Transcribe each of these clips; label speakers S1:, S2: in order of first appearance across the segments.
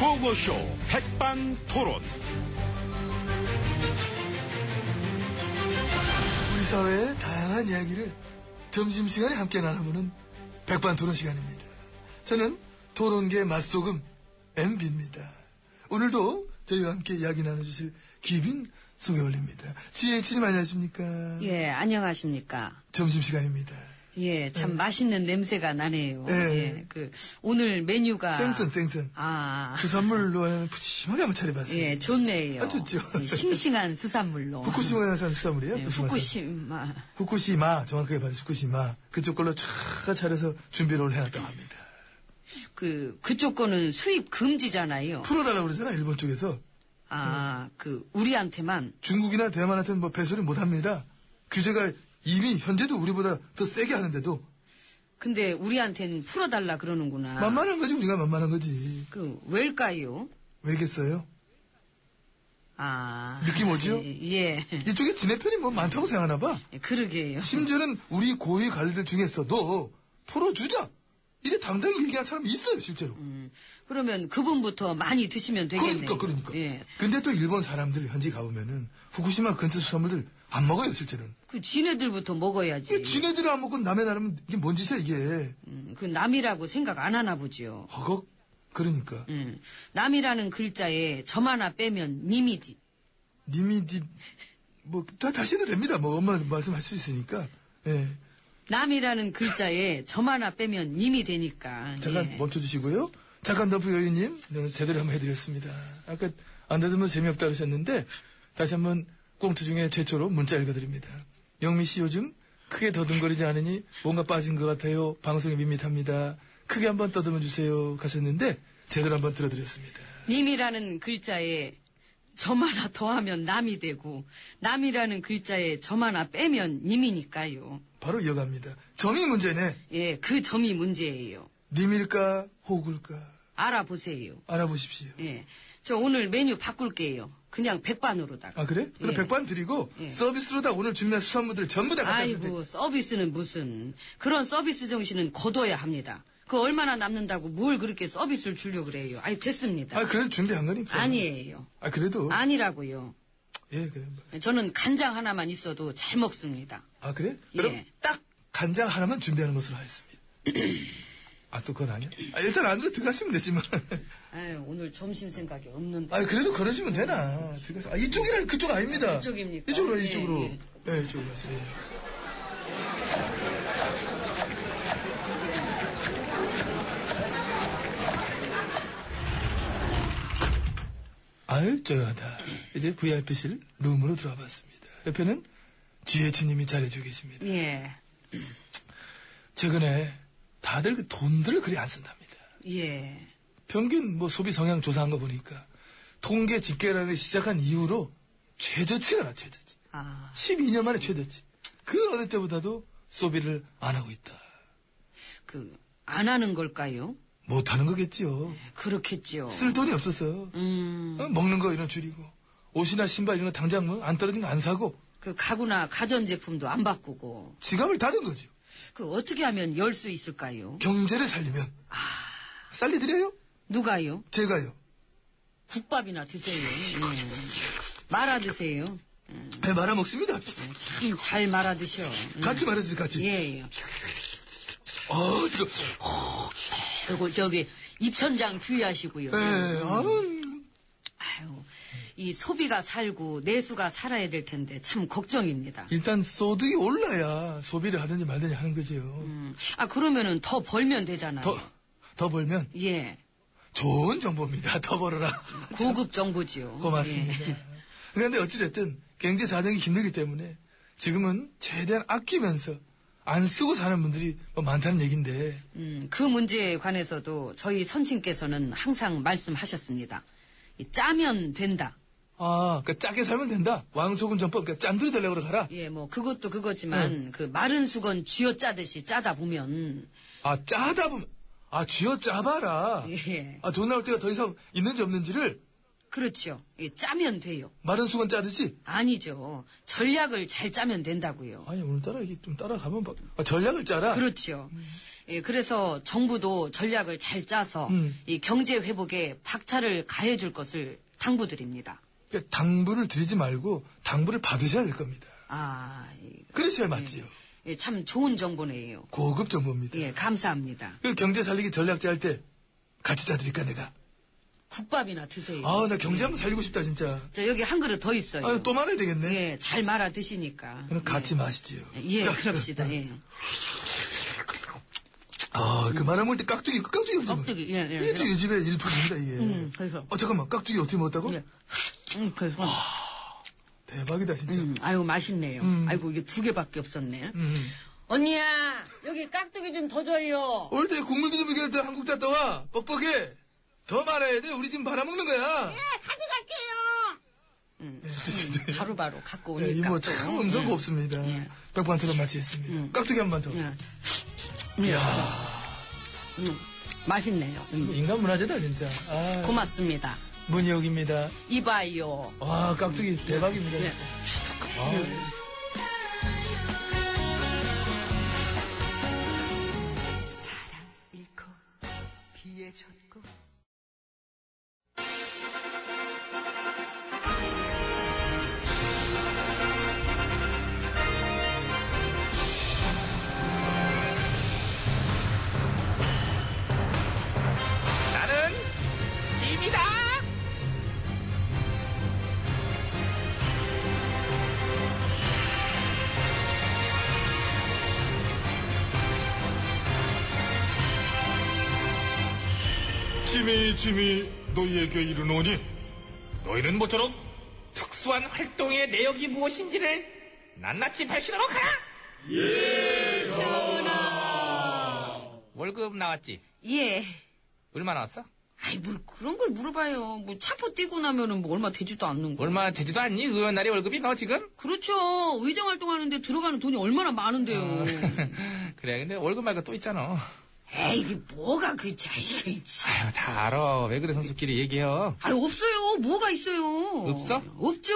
S1: 라디오쇼 백반토론.
S2: 우리 사회의 다양한 이야기를 점심시간에 함께 나눠보는 백반토론 시간입니다. 저는 토론계 맛소금 MB입니다. 오늘도 저희와 함께 이야기 나눠주실 기빈 소개 올립니다. 지혜진님 안녕하십니까?
S3: 예, 안녕하십니까.
S2: 점심시간입니다.
S3: 예, 참 맛있는 냄새가 나네요.
S2: 예.
S3: 예. 그, 오늘 메뉴가.
S2: 생선 생선.
S3: 아,
S2: 수산물로 하는 푸짐하게 한번 차려봤어요.
S3: 예, 좋네요.
S2: 그 아, 좋죠.
S3: 예, 싱싱한 수산물로.
S2: 후쿠시마에서 한 수산물이에요?
S3: 예,
S2: 후쿠시마산.
S3: 후쿠시마.
S2: 후쿠시마, 정확하게 말해 후쿠시마. 그쪽 걸로 촤 차려서 준비를 해놨다고 합니다.
S3: 그, 그쪽 거는 수입 금지잖아요.
S2: 풀어달라고 그러잖아, 일본 쪽에서.
S3: 아,
S2: 예.
S3: 그, 우리한테만.
S2: 중국이나 대만한테는 뭐 배설을 못 합니다. 규제가 이미 현재도 우리보다 더 세게 하는데도
S3: 근데 우리한테는 풀어달라 그러는구나.
S2: 만만한 거지, 우리가 만만한 거지.
S3: 그, 왜일까요?
S2: 왜겠어요?
S3: 아.
S2: 느낌 오죠?
S3: 예. 예.
S2: 이쪽에 지네 편이 뭐 많다고 생각하나 봐.
S3: 그러게요.
S2: 심지어는 우리 고위 관리들 중에서도 풀어주자! 이래 당당히 얘기한 사람이 있어요, 실제로.
S3: 음, 그러면 그분부터 많이 드시면 되겠네요.
S2: 그러니까, 그러니까.
S3: 예.
S2: 근데 또 일본 사람들 현지 가보면은 후쿠시마 근처 수산물들 안 먹어요, 실제로는.
S3: 그 지네들부터 먹어야지.
S2: 이게 그 지네들이 안 먹고 남의 나라면 이게 뭔 짓이야, 이게.
S3: 음, 그 남이라고 생각 안 하나 보지요.
S2: 허걱? 그러니까.
S3: 음, 남이라는 글자에 점 하나 빼면 님이지.
S2: 님이 니, 뭐, 다, 다시 해도 됩니다. 뭐, 엄마 말씀하실 수 있으니까. 예.
S3: 남이라는 글자에 점 하나 빼면 님이 되니까.
S2: 잠깐
S3: 예.
S2: 멈춰주시고요. 잠깐 더프 여유님, 오늘 제대로 한번 해드렸습니다. 아까 안 다듬어 재미없다 그러셨는데, 다시 한번 꽁트 중에 최초로 문자 읽어드립니다. 영미 씨 요즘 크게 더듬거리지 않으니 뭔가 빠진 것 같아요. 방송이 밋밋합니다. 크게 한번 더듬어 주세요. 하셨는데, 제대로 한번 들어드렸습니다.
S3: 님이라는 글자에 점 하나 더하면 남이 되고 남이라는 글자에 점 하나 빼면 님이니까요.
S2: 바로 이어갑니다. 점이 문제네.
S3: 예, 그 점이 문제예요.
S2: 님일까, 호구일까.
S3: 알아보세요.
S2: 알아보십시오.
S3: 예, 저 오늘 메뉴 바꿀게요. 그냥 백반으로다가.
S2: 아 그래? 그럼
S3: 예.
S2: 백반 드리고
S3: 예.
S2: 서비스로 다 오늘 준비한 수산물들 전부 다 갖다 드릴게요.
S3: 아이고 서비스는 무슨 그런 서비스 정신은 거둬야 합니다. 그 얼마나 남는다고 뭘 그렇게 서비스를 주려고 그래요. 아이 됐습니다.
S2: 아 그래도 준비한 거니까.
S3: 아, 니에요
S2: 아 그래도
S3: 아니라고요.
S2: 예 그래.
S3: 저는 간장 하나만 있어도 잘 먹습니다.
S2: 아 그래?
S3: 예.
S2: 그럼 딱 간장 하나만 준비하는 것으로 하겠습니다. 아 또 그건 아니야? 아, 일단 안으로 들어가시면 되지만.
S3: 아유, 오늘 점심 생각이 없는데.
S2: 아 그래도 그러시면 되나? 들어가시. 아 이쪽이랑 그쪽 아닙니다.
S3: 이쪽입니까?
S2: 이쪽으로
S3: 예,
S2: 이쪽으로. 예,
S3: 예.
S2: 이쪽으로 가세요. 예. 아유 조용하다. 이제 VIP실 룸으로 들어와 봤습니다. 옆에는 GH님이 잘해주고 계십니다.
S3: 예,
S2: 최근에 다들 그 돈들을 그리 안 쓴답니다.
S3: 예.
S2: 평균 뭐 소비 성향 조사한 거 보니까 통계 집계란을 시작한 이후로 최저치가 나 최저치.
S3: 아,
S2: 12년 만에 최저치. 그 어느 때보다도 소비를 안 하고 있다.
S3: 그, 안 하는 걸까요?
S2: 못 하는 거겠지요.
S3: 그렇겠지요.
S2: 쓸 돈이 없어서.
S3: 음,
S2: 어, 먹는 거 이런 줄이고 옷이나 신발 이런 거 당장 뭐 안 떨어진 거 안 사고
S3: 그 가구나 가전제품도 안 바꾸고.
S2: 지갑을 닫은 거죠.
S3: 그 어떻게 하면 열 수 있을까요?
S2: 경제를 살리면 살리 드려요?
S3: 누가요?
S2: 제가요.
S3: 국밥이나 드세요. 예. 말아 드세요.
S2: 네, 말아 먹습니다.
S3: 참 잘 말아 드셔. 음.
S2: 같이 말해주세요. 같이.
S3: 예, 예.
S2: 어, 지금
S3: 그리고 저기 입천장 주의하시고요.
S2: 예, 아우,
S3: 아유, 이 소비가 살고 내수가 살아야 될 텐데 참 걱정입니다.
S2: 일단 소득이 올라야 소비를 하든지 말든지 하는 거지요.
S3: 음. 아 그러면은 더 벌면 되잖아요.
S2: 더, 더 벌면
S3: 예,
S2: 좋은 정보입니다. 더 벌어라.
S3: 고급 정보지요.
S2: 고맙습니다.
S3: 음, 예.
S2: 그런데 어찌됐든 경제 사정이 힘들기 때문에 지금은 최대한 아끼면서 안 쓰고 사는 분들이 뭐 많다는 얘긴데
S3: 음, 그 문제에 관해서도 저희 선친께서는 항상 말씀하셨습니다. 이 짜면 된다.
S2: 아, 그러니까 짜게 살면 된다. 왕소금 전법, 그러니까 짠돌이 전략으로 가라.
S3: 예, 뭐 그것도 그거지만
S4: 네.
S3: 그 마른 수건 쥐어 짜듯이 짜다 보면
S2: 아, 짜다 보면 아, 쥐어 짜봐라.
S3: 예.
S2: 아, 돈 나올 때가 더 이상 있는지 없는지를
S3: 그렇죠. 예, 짜면 돼요.
S2: 마른 수건 짜듯이
S3: 아니죠. 전략을 잘 짜면 된다고요.
S2: 아니 오늘따라 이게 좀 따라가면 막- 아, 전략을 뭐, 짜라.
S3: 그렇죠. 예, 그래서 정부도 전략을 잘 짜서
S4: 음.
S3: 이 경제 회복에 박차를 가해줄 것을 당부드립니다.
S4: 그러니까 당부를 드리지 말고 당부를 받으셔야 될 겁니다.
S3: 아, 이-
S4: 그러셔야 맞지요.
S3: 예, 참 좋은 정보네요.
S4: 고급 정보입니다.
S3: 예, 감사합니다.
S4: 그 경제 살리기 전략자 할 때 같이 짜드릴까 내가.
S3: 국밥이나 드세요. 예.
S4: 아 나 경제 한번 살리고 싶다 진짜.
S3: 저 여기 한 그릇 더 있어요.
S4: 아, 또 말해야 되겠네.
S3: 예, 잘 말아 드시니까.
S4: 그럼 같이 마시지요.
S3: 예, 예, 그럽시다. 예.
S4: 아, 그 말아 먹을 때 깍두기, 그 깍두기 요즘.
S3: 깍두기, 예, 예.
S4: 이게 또 요즘에 일품입니다, 이게.
S3: 음, 그래서.
S4: 어, 잠깐만, 깍두기 어떻게 먹었다고?
S3: 예. 음, 그래서.
S4: 대박이다, 진짜.
S3: 음, 아유 맛있네요. 아이고 이게 두 개밖에 없었네.
S4: 음.
S3: 언니야 여기 깍두기 좀 더 줘요.
S4: 올 때 국물도 좀 이렇게 한국 갔다 와. 뻑뻑해. 더 말아야 돼. 우리 지금 말아먹는 거야.
S3: 예.
S4: 예, 가져갈게요.
S3: 바로 바로 갖고
S4: 예,
S3: 오니까.
S4: 이모
S3: 또.
S4: 참 음성
S3: 예.
S4: 없습니다. 백반처럼 마치겠습니다. 깍두기 한 번 더.
S3: 예. 이야. 음, 맛있네요. 음,
S4: 인간 문화재다, 진짜. 아,
S3: 고맙습니다.
S4: 문희옥입니다.
S3: 이봐요.
S4: 와, 깍두기 대박입니다.
S3: 예.
S1: 나는 짐이다. 짐이 짐이 너희에게 이르노니 너희는 모쪼록 특수한 활동의 내역이 무엇인지를 낱낱이 밝히도록 하라.
S2: 월급 나왔지?
S3: 예.
S2: 얼마 나왔어?
S3: 아이 뭘 그런 걸 물어봐요. 뭐 차포 뛰고 나면은 뭐 얼마 되지도 않는 거.
S2: 얼마 되지도 않니? 의원 날이 월급이 너 지금?
S3: 그렇죠. 의정 활동하는데 들어가는 돈이 얼마나 많은데요.
S2: 아. 그래, 근데 월급 말고 또 있잖아.
S3: 에이 이게 뭐가 그 자이게 참.
S2: 아유, 다 알아. 왜 그래, 선수끼리 얘기해요.
S3: 아 없어요. 뭐가 있어요?
S2: 없어?
S3: 없죠.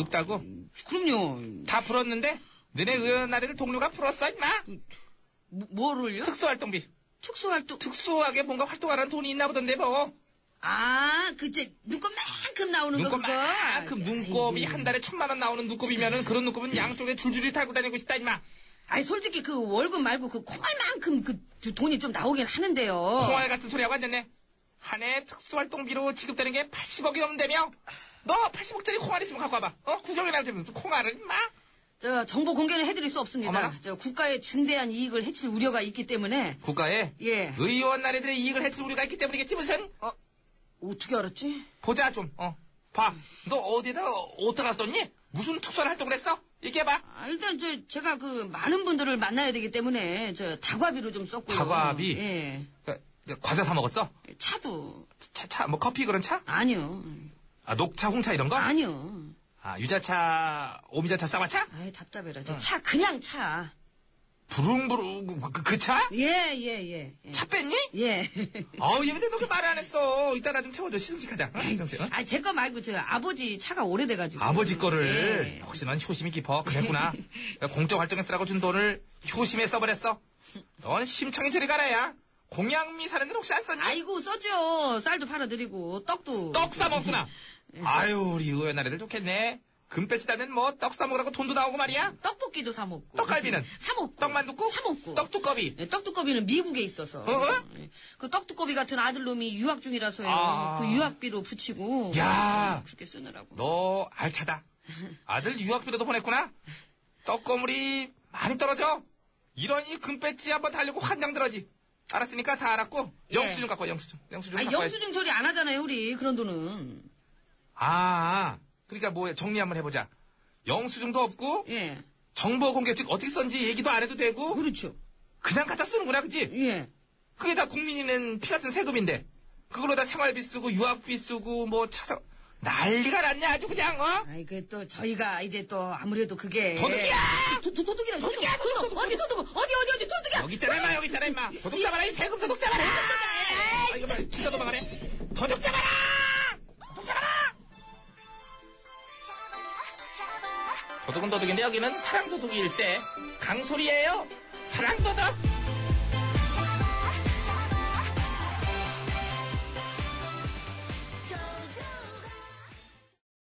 S2: 없다고?
S3: 그럼요.
S2: 다 풀었는데? 너네 의원 날이를 동료가 풀었어, 임마?
S3: 뭐, 뭐를요?
S2: 특수활동비.
S3: 특수 활동.
S2: 특수하게 뭔가 활동하라는 돈이 있나 보던데, 뭐.
S3: 아, 그제 눈곱만큼 나오는 거 그거.
S2: 눈곱만큼 눈곱이
S3: 아이고.
S2: 한 달에 천만 원 나오는 눈곱이면은 그런 눈곱은 양쪽에 줄줄이 달고 다니고 싶다, 임마.
S3: 아니 솔직히 그 월급 말고 그 콩알만큼 그저 돈이 좀 나오긴 하는데요.
S2: 콩알 같은 소리하고 앉았네. 한 해 특수활동비로 지급되는 게 80억이 넘는다며? 너 80억짜리 콩알 있으면 갖고 와봐. 어? 구경이나 좀 콩알을 임마?
S3: 저 정보 공개는 해드릴 수 없습니다.
S2: 어머나.
S3: 저 국가의 중대한 이익을 해칠 우려가 있기 때문에
S2: 국가에
S3: 예.
S2: 의원 나라들의 이익을 해칠 우리가 있기 때문이겠지 무슨?
S3: 어떻게 알았지?
S2: 보자 좀. 어. 봐. 너 어디다 어디다가 썼니? 무슨 특수한 활동을 했어? 얘기해봐.
S3: 아, 일단 저 제가 그 많은 분들을 만나야 되기 때문에 저 다과비로 좀 썼고요.
S2: 다과비?
S3: 예.
S2: 그, 그 과자 사 먹었어?
S3: 차도
S2: 차, 차, 뭐 커피 그런 차?
S3: 아니요.
S2: 아, 녹차, 홍차 이런 거?
S3: 아니요.
S2: 아, 유자차, 오미자차, 쌍화차?
S3: 아이 답답해라. 저 차 그냥 차.
S2: 부릉부릉, 그, 그, 그 차?
S3: 예, 예, 예. 예.
S2: 차 뺐니?
S3: 예.
S2: 아우, 얘 근데 너그 말을 안 했어. 이따 나 좀 태워줘. 시승식 하자. 응? 시승식, 응?
S3: 아, 제 거 말고 저 아버지 차가 오래돼가지고.
S2: 아버지 거를.
S3: 예.
S2: 역시 넌 효심이 깊어. 그랬구나. 내가 공적 활동에 쓰라고 준 돈을 효심에 써버렸어. 넌 심청이 저리 가라야. 공양미 사는 데는 혹시 안 썼니?
S3: 아이고 써죠. 쌀도 팔아드리고 떡도.
S2: 떡 싸먹구나. 아유, 우리 의회 나라들 좋겠네. 금배지 달면 뭐 떡 싸먹으라고 돈도 나오고 말이야.
S3: 떡볶이도 사 먹고.
S2: 떡갈비는?
S3: 사 먹고.
S2: 떡만둣국?
S3: 사 먹고.
S2: 떡두꺼비?
S3: 예, 떡두꺼비는 미국에 있어서.
S2: 어허?
S3: 예, 그 떡두꺼비 같은 아들놈이 유학 중이라서요.
S2: 아.
S3: 그 유학비로 붙이고. 예,
S2: 야,
S3: 그렇게 쓰느라고.
S2: 너 알차다. 아들 유학비로도 보냈구나. 떡고물이 많이 떨어져. 이러니 금배지 한번 달리고 환장 들어지. 알았으니까 다 알았고 영수증 갖고 와, 영수증. 영수증
S3: 네. 아
S2: 갖고 와야지.
S3: 영수증 처리 안 하잖아요, 우리. 그런 돈은.
S2: 아, 아. 그러니까 뭐 정리 한번 해보자. 영수증도 없고
S3: 예.
S2: 정보 공개 즉 어떻게 썼는지 얘기도 안 해도 되고
S3: 그렇죠.
S2: 그냥 갖다 쓰는구나, 그지?
S3: 예.
S2: 그게 다 국민이 낸 피 같은 세금인데 그걸로 다 생활비 쓰고 유학비 쓰고 뭐 차사 난리가 났냐 아주 그냥 어?
S3: 아이 그 또 저희가 이제 또 아무래도 그게
S2: 도둑이야!
S3: 도, 도, 도둑이라 도둑이야 도둑 어디 도둑 어디 어디 어디 도둑이야
S2: 여기 있잖아 임마 여기 있잖아 임마 도둑 잡아라 이 세금 도둑 잡아라 아 이거 봐 진짜 도망가네 도둑 잡아라 도둑 잡아라 도둑은 도둑인데 여기는 사랑 도둑일세 강소리예요 사랑 도둑